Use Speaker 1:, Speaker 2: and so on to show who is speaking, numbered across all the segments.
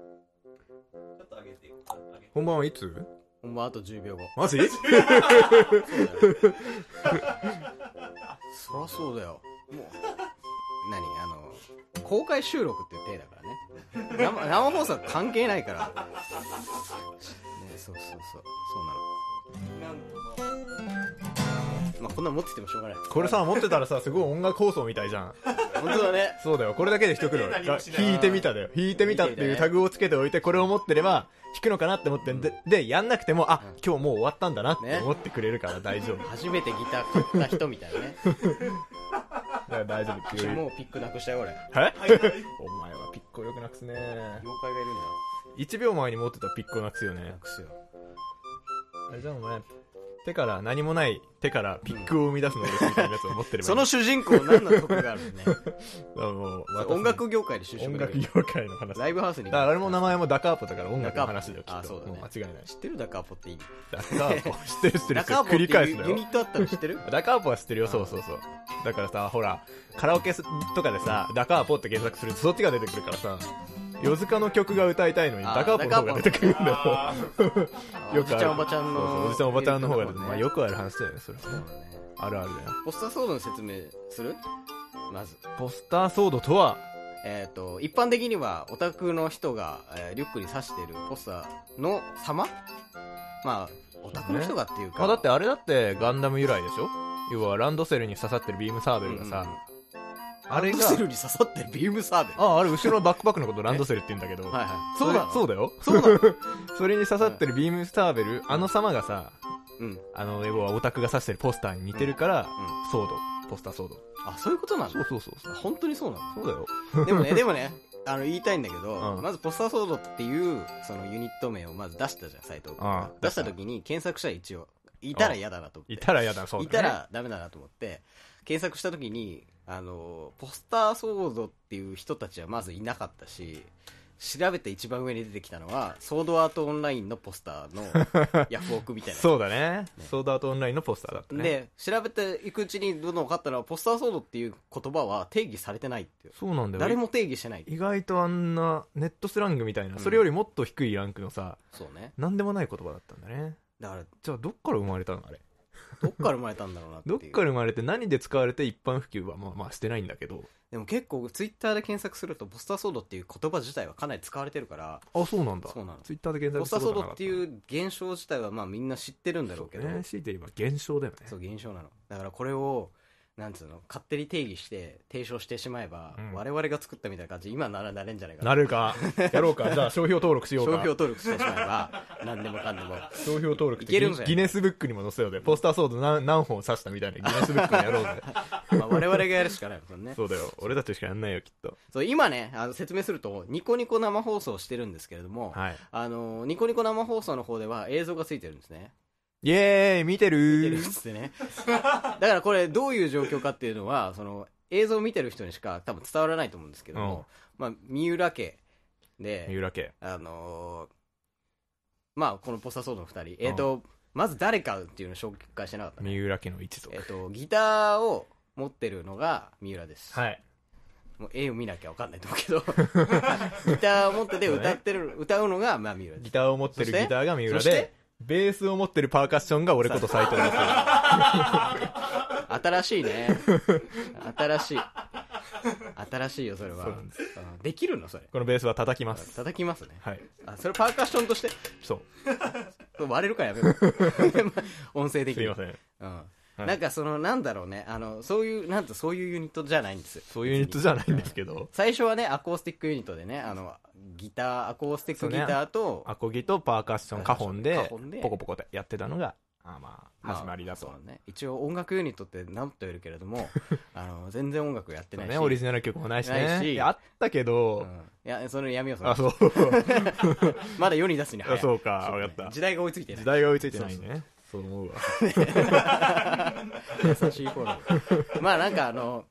Speaker 1: ちょっと上げて上げて
Speaker 2: 本番はいつ
Speaker 3: 本番あと10秒後。
Speaker 2: マジ
Speaker 3: そりゃそうだよ。もう。 何あの、公開収録っていう体だからね。生生放送関係ないから。ね、そうそうそう。そうな
Speaker 1: なんと
Speaker 3: の。まあ、こんなん持っててもしょうがない。
Speaker 2: これさ、持ってたらさ、すごい音楽放送みたいじゃん。
Speaker 3: 本当だね。
Speaker 2: そうだよ。これだけで一苦労。
Speaker 1: 何
Speaker 2: が
Speaker 1: もしない
Speaker 2: 弾いてみただよ。弾いてみたっていうタグをつけておいて、これを持ってれば、弾くのかなって思ってんで、で、やんなくても、あ、今日もう終わったんだなって
Speaker 3: ね
Speaker 2: 思ってくれるから大丈夫。
Speaker 3: 初めてギター買った人みたいなね。
Speaker 2: だから大丈夫。
Speaker 3: もうピックなくしたよ、俺。
Speaker 2: え
Speaker 1: はいはい
Speaker 2: お前はピッコよくなくすね
Speaker 3: 妖怪がいるんだよ。
Speaker 2: 1秒前に持ってたピッコなくすよね
Speaker 3: なくすよ。
Speaker 2: あれじゃあお前手から何もない手からピックを生み出す能力みたいなやつを持ってればいい
Speaker 3: その主人公何の得があるのね。
Speaker 2: だからもう渡す
Speaker 3: 音楽業界で就職
Speaker 2: 音
Speaker 3: だ
Speaker 2: 楽
Speaker 3: よ
Speaker 2: 業界の話
Speaker 3: ライ
Speaker 2: だ
Speaker 3: ブハウスに
Speaker 2: からあれも名前もダカーポだから音楽の
Speaker 3: ダカーポ
Speaker 2: 話だよきっと
Speaker 3: あそうだね
Speaker 2: も間違いない
Speaker 3: 知ってるダカーポっていい
Speaker 2: ダカーポ知ってる知ってる
Speaker 3: ダ
Speaker 2: 知ってる
Speaker 3: カー
Speaker 2: 繰
Speaker 3: ポってい
Speaker 2: り返すだ
Speaker 3: うユ ニ
Speaker 2: よ
Speaker 3: ットあったの知ってる
Speaker 2: ダカーポは知ってるよ
Speaker 3: あ
Speaker 2: そうそうそうだからさほらカラオケとかでさダカーポって検索するとそっちが出てくるからさ夜塚の曲が歌いたいのに
Speaker 3: あ
Speaker 2: ダカーポの方が出てくるんだよ
Speaker 1: あー
Speaker 3: あ
Speaker 2: よ
Speaker 3: お
Speaker 2: く
Speaker 3: じ
Speaker 2: ある
Speaker 3: ちゃんおばちゃん
Speaker 2: そうそう
Speaker 3: の
Speaker 2: おじさんおばちゃんの方が出てくる、まあ、よ
Speaker 3: く
Speaker 2: くある話だよねそれはねあるあるだよ
Speaker 3: ポスター騒動の説明するまず
Speaker 2: ポスターソードとは
Speaker 3: えっ、と一般的にはオタクの人が、えーリュックに刺しているポスターの様まあオタクの人がっていうか、
Speaker 2: まあだってあれだってガンダム由来でしょ要はランドセルに刺さってるビームサーベルがさ、あれ
Speaker 3: ラン
Speaker 2: が
Speaker 3: ドセルに刺さってるビームサーベル
Speaker 2: ああれ後ろのバックパックのことランドセルって言うんだけど、
Speaker 3: はいはい
Speaker 2: そうだそううだよ
Speaker 3: そうなの
Speaker 2: それに刺さってるビームサーベルあの様がさ
Speaker 3: うん
Speaker 2: あの要はオタクが刺してるポスターに似てるから、
Speaker 3: ん
Speaker 2: ソードポスターソード
Speaker 3: あそういうことなの
Speaker 2: そうそうそうそう
Speaker 3: 本当にそうなの
Speaker 2: そうだよ
Speaker 3: でもね、でもね、あの、言いたいんだけど、
Speaker 2: うん
Speaker 3: まずポスターソードっていう、そのユニット名をまず出したじゃん、斎藤君が
Speaker 2: うん
Speaker 3: 出した時に検索したら一応、いたら嫌だなと思って。
Speaker 2: いたらやだそうだ、ね、
Speaker 3: いたらダメだなと思って、検索した時に、あの、ポスターソードっていう人たちはまずいなかったし、調べて一番上に出てきたのは、ソードアートオンラインのポスターの ヤフオクみたいな。
Speaker 2: そうだねソードアートオンラインのポスターだったね
Speaker 3: で、調べていくうちにどんどん分かったのは、ポスターソードっていう言葉は定義されてないっていう。
Speaker 2: そうなんだよ
Speaker 3: 誰も定義してない。
Speaker 2: 意外とあんなネットスラングみたいな、
Speaker 3: うん
Speaker 2: それよりもっと低いランクのさ
Speaker 3: そうね。
Speaker 2: 何でもない言葉だったんだね
Speaker 3: だから、
Speaker 2: じゃあどっから生まれたのあれ
Speaker 3: どっから生まれたんだろうなってい
Speaker 2: どっ
Speaker 3: う。
Speaker 2: から生まれて何で使われて一般普及はまあまあしてないんだけど
Speaker 3: でも結構ツイッターで検索すると、ポスターソードっていう言葉自体はかなり使われてるから、
Speaker 2: あそうなんだ
Speaker 3: そうなの
Speaker 2: ツイッターで検
Speaker 3: ポ
Speaker 2: 索
Speaker 3: スタ
Speaker 2: こと
Speaker 3: ーソー
Speaker 2: はな
Speaker 3: ド
Speaker 2: か
Speaker 3: ったていう現象自体はまあみんな知ってるんだろうけど、
Speaker 2: そうね強いて言えば現象だよね
Speaker 3: そう、現象なの。だからこれを、なんつうの、勝手に定義して、提唱してしまえば、
Speaker 2: うん
Speaker 3: 我々が作ったみたいな感じ、今ならなれんじゃないか
Speaker 2: なるかやろうかじゃあ商標登録しよう
Speaker 3: 商
Speaker 2: か
Speaker 3: 標登録してしまえば、 何でもかんでも。
Speaker 2: 商標登録って
Speaker 3: いけるんだよ
Speaker 2: ギネスブックにも載せようでポスターソード何何本刺したみたいなギネスブックにやろう ぜ
Speaker 3: まあ我々がやるしかないもんね。
Speaker 2: そうだよ俺たちしかやんないよきっと
Speaker 3: そう、今ね、あの説明すると、ニコニコ生放送してるんですけれども、
Speaker 2: はい
Speaker 3: あの、ニコニコ生放送の方では映像がついてるんですね。
Speaker 2: イエーイ見て
Speaker 3: 見て
Speaker 2: る
Speaker 3: るっつってね。だからこれどういう状況かっていうのは、その映像を見てる人にしか多分伝わらないと思うんですけども、まあ、三浦家
Speaker 2: 三
Speaker 3: で、
Speaker 2: 浦家
Speaker 3: あのーまあ、このポスターソードの二人、えっ、と、まず誰かっていうのを紹介してなかったね。
Speaker 2: 三浦家の一族
Speaker 3: えっ、と、ギターを持ってるのが三浦です。
Speaker 2: はい
Speaker 3: もう絵を見なきゃわかんないと思うけど、 ギターを持ってて歌ってる、歌うのが、まあ、三浦です
Speaker 2: ギ。ターを持ってる
Speaker 3: そ
Speaker 2: ギ
Speaker 3: して
Speaker 2: ターが三浦
Speaker 3: そして
Speaker 2: で、ベースを持ってるパーカッションが俺こと斎藤 です。
Speaker 3: 新しい ね新しい新しいよそれは
Speaker 2: そうなんで
Speaker 3: うんできるのそれ
Speaker 2: このベースは叩きます。
Speaker 3: 叩きますね
Speaker 2: はい。
Speaker 3: あそれパーカッションとして
Speaker 2: そ
Speaker 3: 割れるから やめろ音声
Speaker 2: う。
Speaker 3: 的
Speaker 2: す
Speaker 3: に
Speaker 2: いません。
Speaker 3: うん
Speaker 2: い
Speaker 3: なんかそのなんだろうねあのそういうなんとそういうユニットじゃないんですよ
Speaker 2: そういうユニットじゃないんですけど、
Speaker 3: 最初はねアコースティックユニットでねあのギターアコースティックギターと、
Speaker 2: アコギとパーカッション、カホン
Speaker 3: カ
Speaker 2: で
Speaker 3: ホンで、
Speaker 2: ポコポコでやってたのが、あまあ、
Speaker 3: まあ
Speaker 2: 始まりだと
Speaker 3: そ。うね、一応音楽ユニットって何と言えるけれ どもあの全然音楽やってないし、
Speaker 2: ね、オリジナル曲もないし
Speaker 3: ないし
Speaker 2: ね。いやあったけ
Speaker 3: う
Speaker 2: ど、
Speaker 3: ん、いやそのやめようそれ
Speaker 2: あ、そう。
Speaker 3: まだ世に出すに早い
Speaker 2: あそうか
Speaker 3: ね
Speaker 2: わかった
Speaker 3: 時代が追いついてない
Speaker 2: 時代が追いついてないね。そう思うわ。
Speaker 3: 優しいフォローまあなんかあの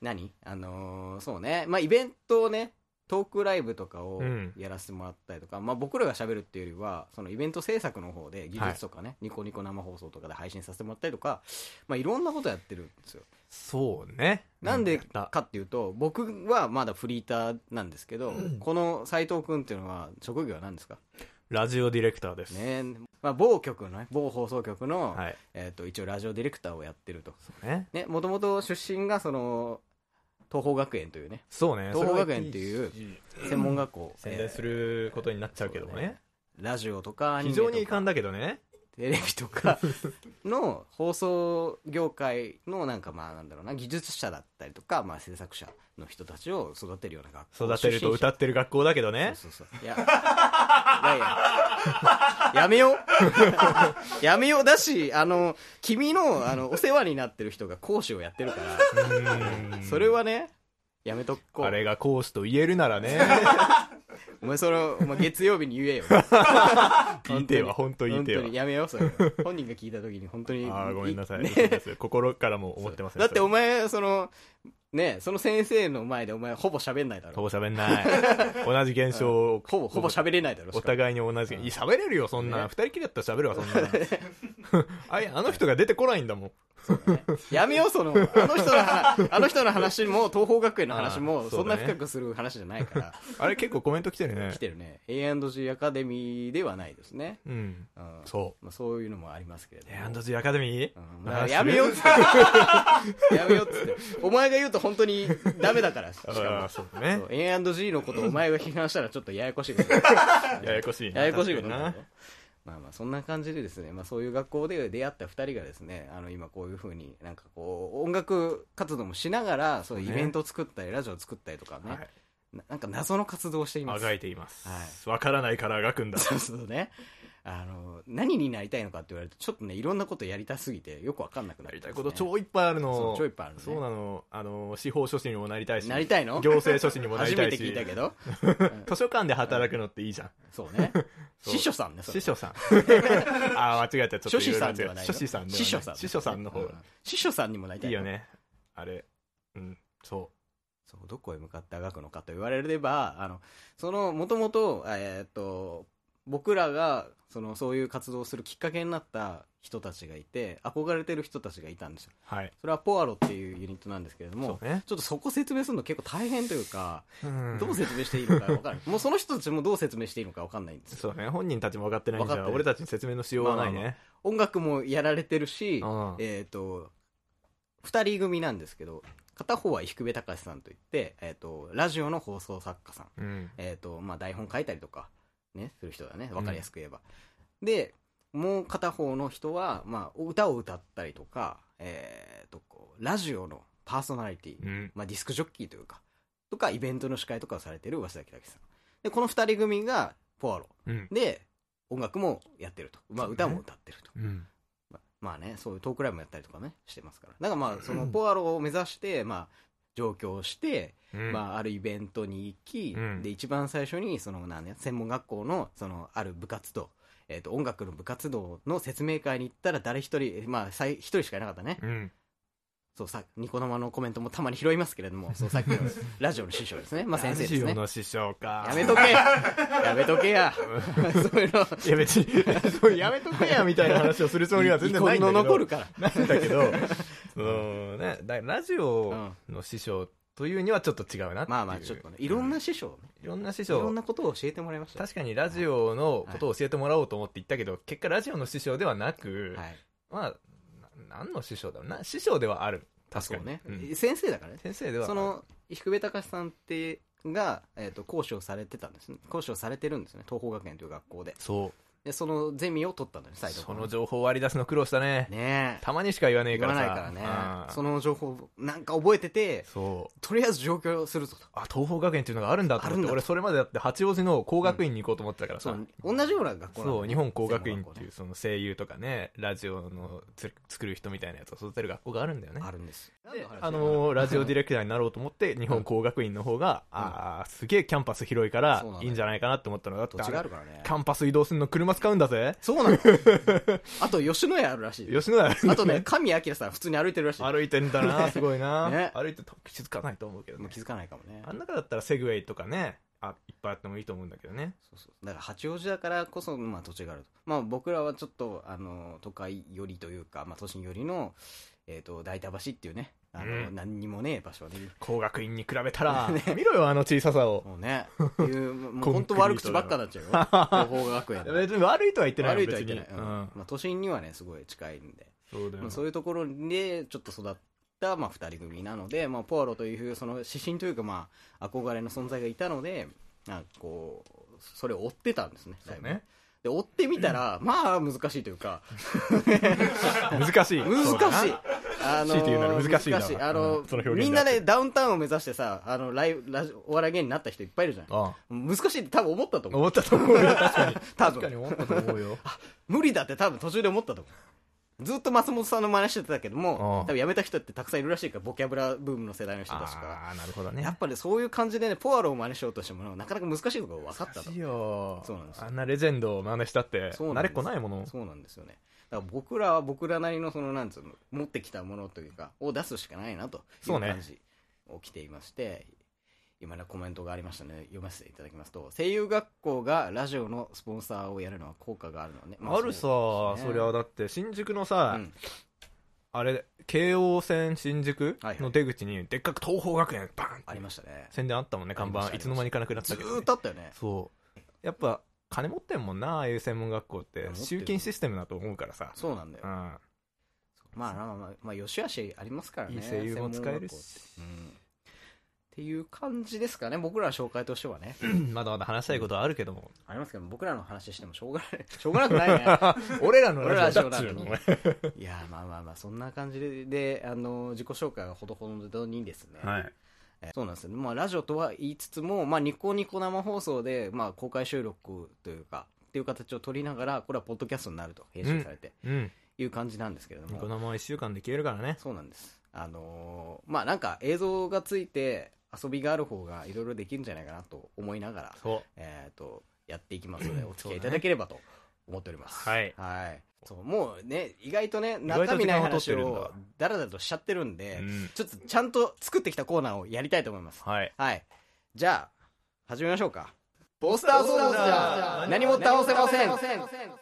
Speaker 3: 何あのーそうねまあイベントをねトークライブとかを
Speaker 2: うん
Speaker 3: やらせてもらったりとか、まあ、僕らが喋るっていうよりはそのイベント制作の方で技術とかね、ニコニコ生放送とかで配信させてもらったりとか、まあ、いろんなことやってるんですよ
Speaker 2: そうね。
Speaker 3: なんで
Speaker 2: やった
Speaker 3: かっていうと僕はまだフリーターなんですけど、この斎藤君っていうのは職業は何ですか
Speaker 2: ラジオディレクターです。
Speaker 3: ねまあ、某局のね某放送局の、
Speaker 2: はい。
Speaker 3: えー、と一応ラジオディレクターをやってると
Speaker 2: そうね。
Speaker 3: ねもともと出身がその東邦学園というね
Speaker 2: そうね。
Speaker 3: 東邦学園っていう専門学校、
Speaker 2: 宣伝することになっちゃうけども
Speaker 3: そうね
Speaker 2: ね。
Speaker 3: ラジオとかアニ
Speaker 2: 非
Speaker 3: メ
Speaker 2: 常
Speaker 3: とか
Speaker 2: に遺憾だけどね。
Speaker 3: テレビと かの放送業界のなんかまあなんだろうな技術者だったりとか、まあ、制作者の人たちを育てるような学校
Speaker 2: 育てると歌
Speaker 3: っ
Speaker 2: ってる学校だけど
Speaker 3: て
Speaker 2: ね。
Speaker 3: そうそうそういやいやいややめよう やめようだしあの君のあのお世話になってる人が講師をやってるから
Speaker 2: うん
Speaker 3: それはねやめとっこう
Speaker 2: あれが講師と言えるなら ね。
Speaker 3: お前それお前月曜日に言 えよ
Speaker 2: 言いてえわ、本当言いてえわ
Speaker 3: 本当に。やめようそれ本人が聞いた時に本当に
Speaker 2: ああ、ごめんなさい。
Speaker 3: ね
Speaker 2: 嘘です心からも思ってます
Speaker 3: だってお前そのねその先生の前でお前ほぼ喋んないだ
Speaker 2: ほ
Speaker 3: ろ
Speaker 2: ぼ喋んない。同じ現象を。
Speaker 3: ほぼほぼ喋れないだろ
Speaker 2: お
Speaker 3: しかも
Speaker 2: 互いに同じ。いや喋れるよ、そんな。
Speaker 3: ね
Speaker 2: 二人きりだったら喋るわ、そん な。あいやあの人が出てこないんだもん。
Speaker 3: やめようそのあの人の話 あの人の話も東邦学園の話
Speaker 2: あ
Speaker 3: も
Speaker 2: ーそ
Speaker 3: そん
Speaker 2: うだ
Speaker 3: な
Speaker 2: ね
Speaker 3: 深くする話じゃな いから
Speaker 2: あれ結構コメント来てるね
Speaker 3: 来。てるね A&G アカデミーではないですね
Speaker 2: うん。
Speaker 3: うん
Speaker 2: そ
Speaker 3: まあそういうのもありますけれど
Speaker 2: う。
Speaker 3: も
Speaker 2: エアンドジーアカデミー
Speaker 3: うんだからやめようっつって。 やめようっつって。お前が言うと本当にダメだから、しか
Speaker 2: あ
Speaker 3: も。
Speaker 2: ー そうだね
Speaker 3: そう。A&G のことをお前が批判したらちょっとややこしいこと。
Speaker 2: ややこしいな
Speaker 3: ややこしいことになる
Speaker 2: 確
Speaker 3: よ
Speaker 2: かに
Speaker 3: まあまあそんな感じでですね、まあそういう学校で出会った二人がですね、あの今こういうふうになんかこう音楽活動もしながら、そういうイベントを作ったり、ラジオを作ったりとかね、
Speaker 2: なはい。
Speaker 3: ななんか謎の活動をしていま
Speaker 2: あ
Speaker 3: す。
Speaker 2: がいています
Speaker 3: は。
Speaker 2: わからないからあがくんだ。
Speaker 3: そうするとね、あの、何になりたいのかって言われると、ちょっとね、いろんなことやりたすぎて、よくわかんなくな
Speaker 2: や
Speaker 3: っ
Speaker 2: り
Speaker 3: て
Speaker 2: た
Speaker 3: ま
Speaker 2: い
Speaker 3: すね、
Speaker 2: こと超いっぱいある
Speaker 3: そ
Speaker 2: の
Speaker 3: う。超いっぱいあるね
Speaker 2: そうなの。あの、司法書士にもなりたいし。
Speaker 3: なりたいの
Speaker 2: 行政書士にもなり
Speaker 3: 初
Speaker 2: た
Speaker 3: め
Speaker 2: い
Speaker 3: て
Speaker 2: し。
Speaker 3: 聞いた けど。
Speaker 2: 図書館で働くのっていいじゃん。
Speaker 3: そうね。
Speaker 2: そう
Speaker 3: 師匠さんね、それ
Speaker 2: 師匠 さん。ああ、間違えた。ちょっと
Speaker 3: 書士
Speaker 2: いろいろ
Speaker 3: さ
Speaker 2: 間
Speaker 3: ん
Speaker 2: 違
Speaker 3: で
Speaker 2: え
Speaker 3: は
Speaker 2: た。
Speaker 3: ない
Speaker 2: 書
Speaker 3: の。
Speaker 2: 士さんではない。
Speaker 3: 師匠さん。
Speaker 2: 師匠さんの方
Speaker 3: う。師匠さんにもなりた
Speaker 2: い
Speaker 3: い。
Speaker 2: いよ。ね。あれ。うん。そ
Speaker 3: そう、どこへ向かってあがくのかと言われれば、あの、その、もともと、えーっと、僕らが、その、そういう活動をするきっかけになった人たちがいて、憧れてる人たちがいたんですよ。
Speaker 2: う。はい。
Speaker 3: それはポアロっていうユニットなんですけれども
Speaker 2: そ、うね。
Speaker 3: ちょっとそこ説明するの結構大変というか、
Speaker 2: うん
Speaker 3: どう説明していいのか分からない。もうその人たちもどう説明していいのか分かんないんです
Speaker 2: そ
Speaker 3: よ
Speaker 2: うね。本人たちも分かってないんじ
Speaker 3: 分かっ
Speaker 2: ゃ、
Speaker 3: てない
Speaker 2: 俺たちに説明のしようはないね。
Speaker 3: 音楽もやられてるし、
Speaker 2: うん
Speaker 3: えっ、と、二人組なんですけど、片方は伊福部隆さんといって、えっ、と、ラジオの放送作家さん。
Speaker 2: うん。
Speaker 3: えっ、と、まあ、台本書いたりとか、ね、する人だね。わかりやすく言えば。で、もう片方の人は、まあ、歌を歌ったりとか、えっ、と、こう、ラジオのパーソナリティ、
Speaker 2: うん。
Speaker 3: まあ、ディスクジョッキーというか、とか、イベントの司会とかをされてる早稲田武さん。で、この二人組が、ポアロ。
Speaker 2: うん。
Speaker 3: で、音楽もやってると。まあ、歌も歌ってると。
Speaker 2: うん。
Speaker 3: ままあね、そういうトークライブもやったりとかね、してますから。だからまあ、そのポアロを目指して、まあ、上京して、
Speaker 2: うん
Speaker 3: まあ、あるイベントに行き、
Speaker 2: うん
Speaker 3: で、一番最初に、その、なんね、専門学校の、その、ある部活動、えっ、と、音楽の部活動の説明会に行ったら、誰一人、まあ、さい一人しかいなかったね。
Speaker 2: うん。
Speaker 3: そう、さ、ニコ生のコメントもたまに拾いますけれども、そう、さっきのラジオの師匠ですね。まあ、先生です
Speaker 2: ラジオ
Speaker 3: ね。
Speaker 2: の師匠か。
Speaker 3: やめとけやめとけや そういうの、
Speaker 2: いや別に、そうやめとけやみたいな話をするつもりは全然ないんだ
Speaker 3: 遺
Speaker 2: け
Speaker 3: 恨の
Speaker 2: ど。
Speaker 3: 残るか
Speaker 2: な
Speaker 3: ら。
Speaker 2: んだけど、そのね、だラジオの師匠というにはちょっと違うなっていう。
Speaker 3: まあまあ、ちょっとね、いろんな師匠をね、
Speaker 2: いろんな師
Speaker 3: いろ
Speaker 2: 匠
Speaker 3: んなことを教えてもらいましたよ。
Speaker 2: 確かにラジオのことを教えてもらおうと思って言ったけど、結果ラジオの師匠ではなく、
Speaker 3: はい。
Speaker 2: まあな何の師匠だろうな師匠ではある確か
Speaker 3: そう
Speaker 2: に
Speaker 3: ね、
Speaker 2: うん
Speaker 3: 先生だからね。
Speaker 2: 先生ではある
Speaker 3: その、伊福部隆さんって、が、えっ、と、講師をされてたんですね。講師をされてるんですね。東邦学園という学校で。
Speaker 2: そう
Speaker 3: で、そのゼミを取ったんだよね、最初。
Speaker 2: その情報割り出すの苦労したね
Speaker 3: ねえ。
Speaker 2: たまにしか言わねえ
Speaker 3: 言
Speaker 2: から
Speaker 3: わ
Speaker 2: さ
Speaker 3: ないからね。
Speaker 2: うん
Speaker 3: その情報、なんか覚えてて、
Speaker 2: そう
Speaker 3: とりあえず上京するぞと。
Speaker 2: あ東邦学園っていうのがあるんだと思っ
Speaker 3: あるん
Speaker 2: て
Speaker 3: だ
Speaker 2: 俺それまでだって八王子の工学院に行こうと思ってたから
Speaker 3: そ
Speaker 2: さ、
Speaker 3: う、同じような学校なんだよ
Speaker 2: そう
Speaker 3: ね
Speaker 2: 日本工学院っ
Speaker 3: 専門
Speaker 2: て
Speaker 3: 学
Speaker 2: い
Speaker 3: 校
Speaker 2: うその声優とかねラジオのつ作る人みたいなやつを育てる学校があるんだよね
Speaker 3: ねあるんです。
Speaker 2: であのーラジオディレクターになろうと思って、日本工学院の方が、ああ、すげえキャンパス広いから
Speaker 3: そうなん、だ
Speaker 2: いいんじゃないかなって思ったのが、だって
Speaker 3: 土地があるからね。
Speaker 2: キャンパス移動するの車使うんだぜ。
Speaker 3: そうなのあと、吉野家あるらしい。
Speaker 2: 吉 野家。
Speaker 3: あとね、神谷明さん普通に歩いてるらしい。
Speaker 2: 歩いてんだな、すごいな。
Speaker 3: ね
Speaker 2: 歩いてた気づかないと思うけど、
Speaker 3: もう
Speaker 2: ね
Speaker 3: 気、づかないかもね。
Speaker 2: あん中だったらセグウェイとかね、あいっぱいあってもいいと思うんだけどね。
Speaker 3: そうそうだから八王子だからこそ、まあ、土地があると、まあ、僕らはちょっとあの都会寄りというか、まあ、都心寄りの、えー、と代田橋っていうねあの、
Speaker 2: うん
Speaker 3: 何にもねえ場所で
Speaker 2: 工学院に比べた ら、見ろよ、あの小ささを。
Speaker 3: も うねっていうもう
Speaker 2: コン
Speaker 3: 本
Speaker 2: ク
Speaker 3: 当
Speaker 2: リートだな
Speaker 3: 悪口ばっかになっ ちゃうよ東邦学園
Speaker 2: いや別に悪いとは言ってないよ
Speaker 3: 悪いとは言ってない、
Speaker 2: 別
Speaker 3: う
Speaker 2: にう
Speaker 3: ん
Speaker 2: ん
Speaker 3: まあ、都心にはねすごい近いんで、
Speaker 2: そうだよ
Speaker 3: まあ、そういうところでちょっと育った、まあ、2人組なので、まあ、ポアロというその指針というか、まあ、憧れの存在がいたのでなんかこうそれを追ってたんですね
Speaker 2: そうね。
Speaker 3: で追ってみたら、まあ難しいというか
Speaker 2: 難しい。そうだな
Speaker 3: 難しい。あ
Speaker 2: 強いて言うなら難しいな
Speaker 3: あの
Speaker 2: うんその表現であって
Speaker 3: みんなねダウンタウンを目指してさあのライブラジお笑い芸人になった人いっぱいいるじゃん
Speaker 2: ああ
Speaker 3: 難しいって多分思ったと思う
Speaker 2: 思ったと思うよ。確かに。
Speaker 3: 多
Speaker 2: 確かに
Speaker 3: 分
Speaker 2: 思ったと思うよ。
Speaker 3: 無理だって多分途中で思ったと思うずっと松本さんの真似してたけど
Speaker 2: あ
Speaker 3: も
Speaker 2: あ
Speaker 3: 多分やめた人ってたくさんいるらしいからボキャブラブームの世代の人たちが
Speaker 2: ああ、なるほどね。
Speaker 3: やっぱりそういう感じでねポアロを真似しようとしてもなかなか難しいことが分かったと
Speaker 2: 難しいよ
Speaker 3: そうなんですよ
Speaker 2: あんなレジェンドを真似したって
Speaker 3: そうな
Speaker 2: 慣れ
Speaker 3: ん
Speaker 2: っ
Speaker 3: です
Speaker 2: こないもの
Speaker 3: そうなんですよねだから僕らは僕らなりのそのなんつうの持ってきたものというかを出すしかないなとい
Speaker 2: そう
Speaker 3: う
Speaker 2: ね
Speaker 3: 感じ起きていまして、今ねコメントがありましたね読ませていただきますと声優学校がラジオのスポンサーをやるのは効果があるのね、ま
Speaker 2: あるさ
Speaker 3: そ
Speaker 2: そう
Speaker 3: ですね
Speaker 2: りゃだって新宿のさ、
Speaker 3: うん
Speaker 2: あれ京王線新宿
Speaker 3: はいはい
Speaker 2: の出口にでっかく東邦学園バーン
Speaker 3: ありま
Speaker 2: し
Speaker 3: したね
Speaker 2: た宣伝あったもんね看
Speaker 3: ありま
Speaker 2: 板
Speaker 3: した
Speaker 2: いつの間にかなくなっ
Speaker 3: ず
Speaker 2: たけどね、
Speaker 3: ーっとあったよね
Speaker 2: そうやっぱ金持ってんもんなああいう専門学校って
Speaker 3: 持ってる
Speaker 2: 集金システムだと思うからさ
Speaker 3: そうなんだよ、
Speaker 2: うん
Speaker 3: まあまあまあ、まあ、よしあしありますからね
Speaker 2: いい声優も使えるし
Speaker 3: 専門学校ってうんっていう感じですかね僕らの紹介としてはね
Speaker 2: まだまだ話したいことはあるけども
Speaker 3: ありますけど僕らの話してもしょうがないしょうがなくないね
Speaker 2: 俺らの
Speaker 3: 俺
Speaker 2: ラ
Speaker 3: らラ
Speaker 2: ジ
Speaker 3: ジ
Speaker 2: オ
Speaker 3: オ
Speaker 2: だ
Speaker 3: だ
Speaker 2: っ
Speaker 3: っ
Speaker 2: ち
Speaker 3: て
Speaker 2: ゅうの
Speaker 3: ねいやーまあまあまあそんな感じでであの自己紹介はほどほどにですね、
Speaker 2: はい
Speaker 3: えーそうなんですよ、まあ、ラジオとは言いつつも、まあ、ニコニコ生放送で、まあ、公開収録というかっていう形を取りながらこれはポッドキャストになると編集されて、
Speaker 2: うん
Speaker 3: いう感じなんですけれど
Speaker 2: ニコ
Speaker 3: も
Speaker 2: 生は1週間で消えるからね
Speaker 3: そうなんですあのーまあなんか映像がついて遊びがある方がいろいろできるんじゃないかなと思いながら
Speaker 2: そう
Speaker 3: えー、とやっていきますのでお付き合い
Speaker 2: そうだね
Speaker 3: いただければと思っております、
Speaker 2: はい
Speaker 3: そうもうね意外とね
Speaker 2: 外と
Speaker 3: 中身ない
Speaker 2: 時
Speaker 3: 話
Speaker 2: 間を取っ
Speaker 3: を
Speaker 2: て
Speaker 3: だらだらとしちゃってるんで、
Speaker 2: うん
Speaker 3: ちょっとちゃんと作ってきたコーナーをやりたいと思います
Speaker 2: はい
Speaker 3: はいじゃあ始めましょうか「ボスターソルジャー何も倒せません」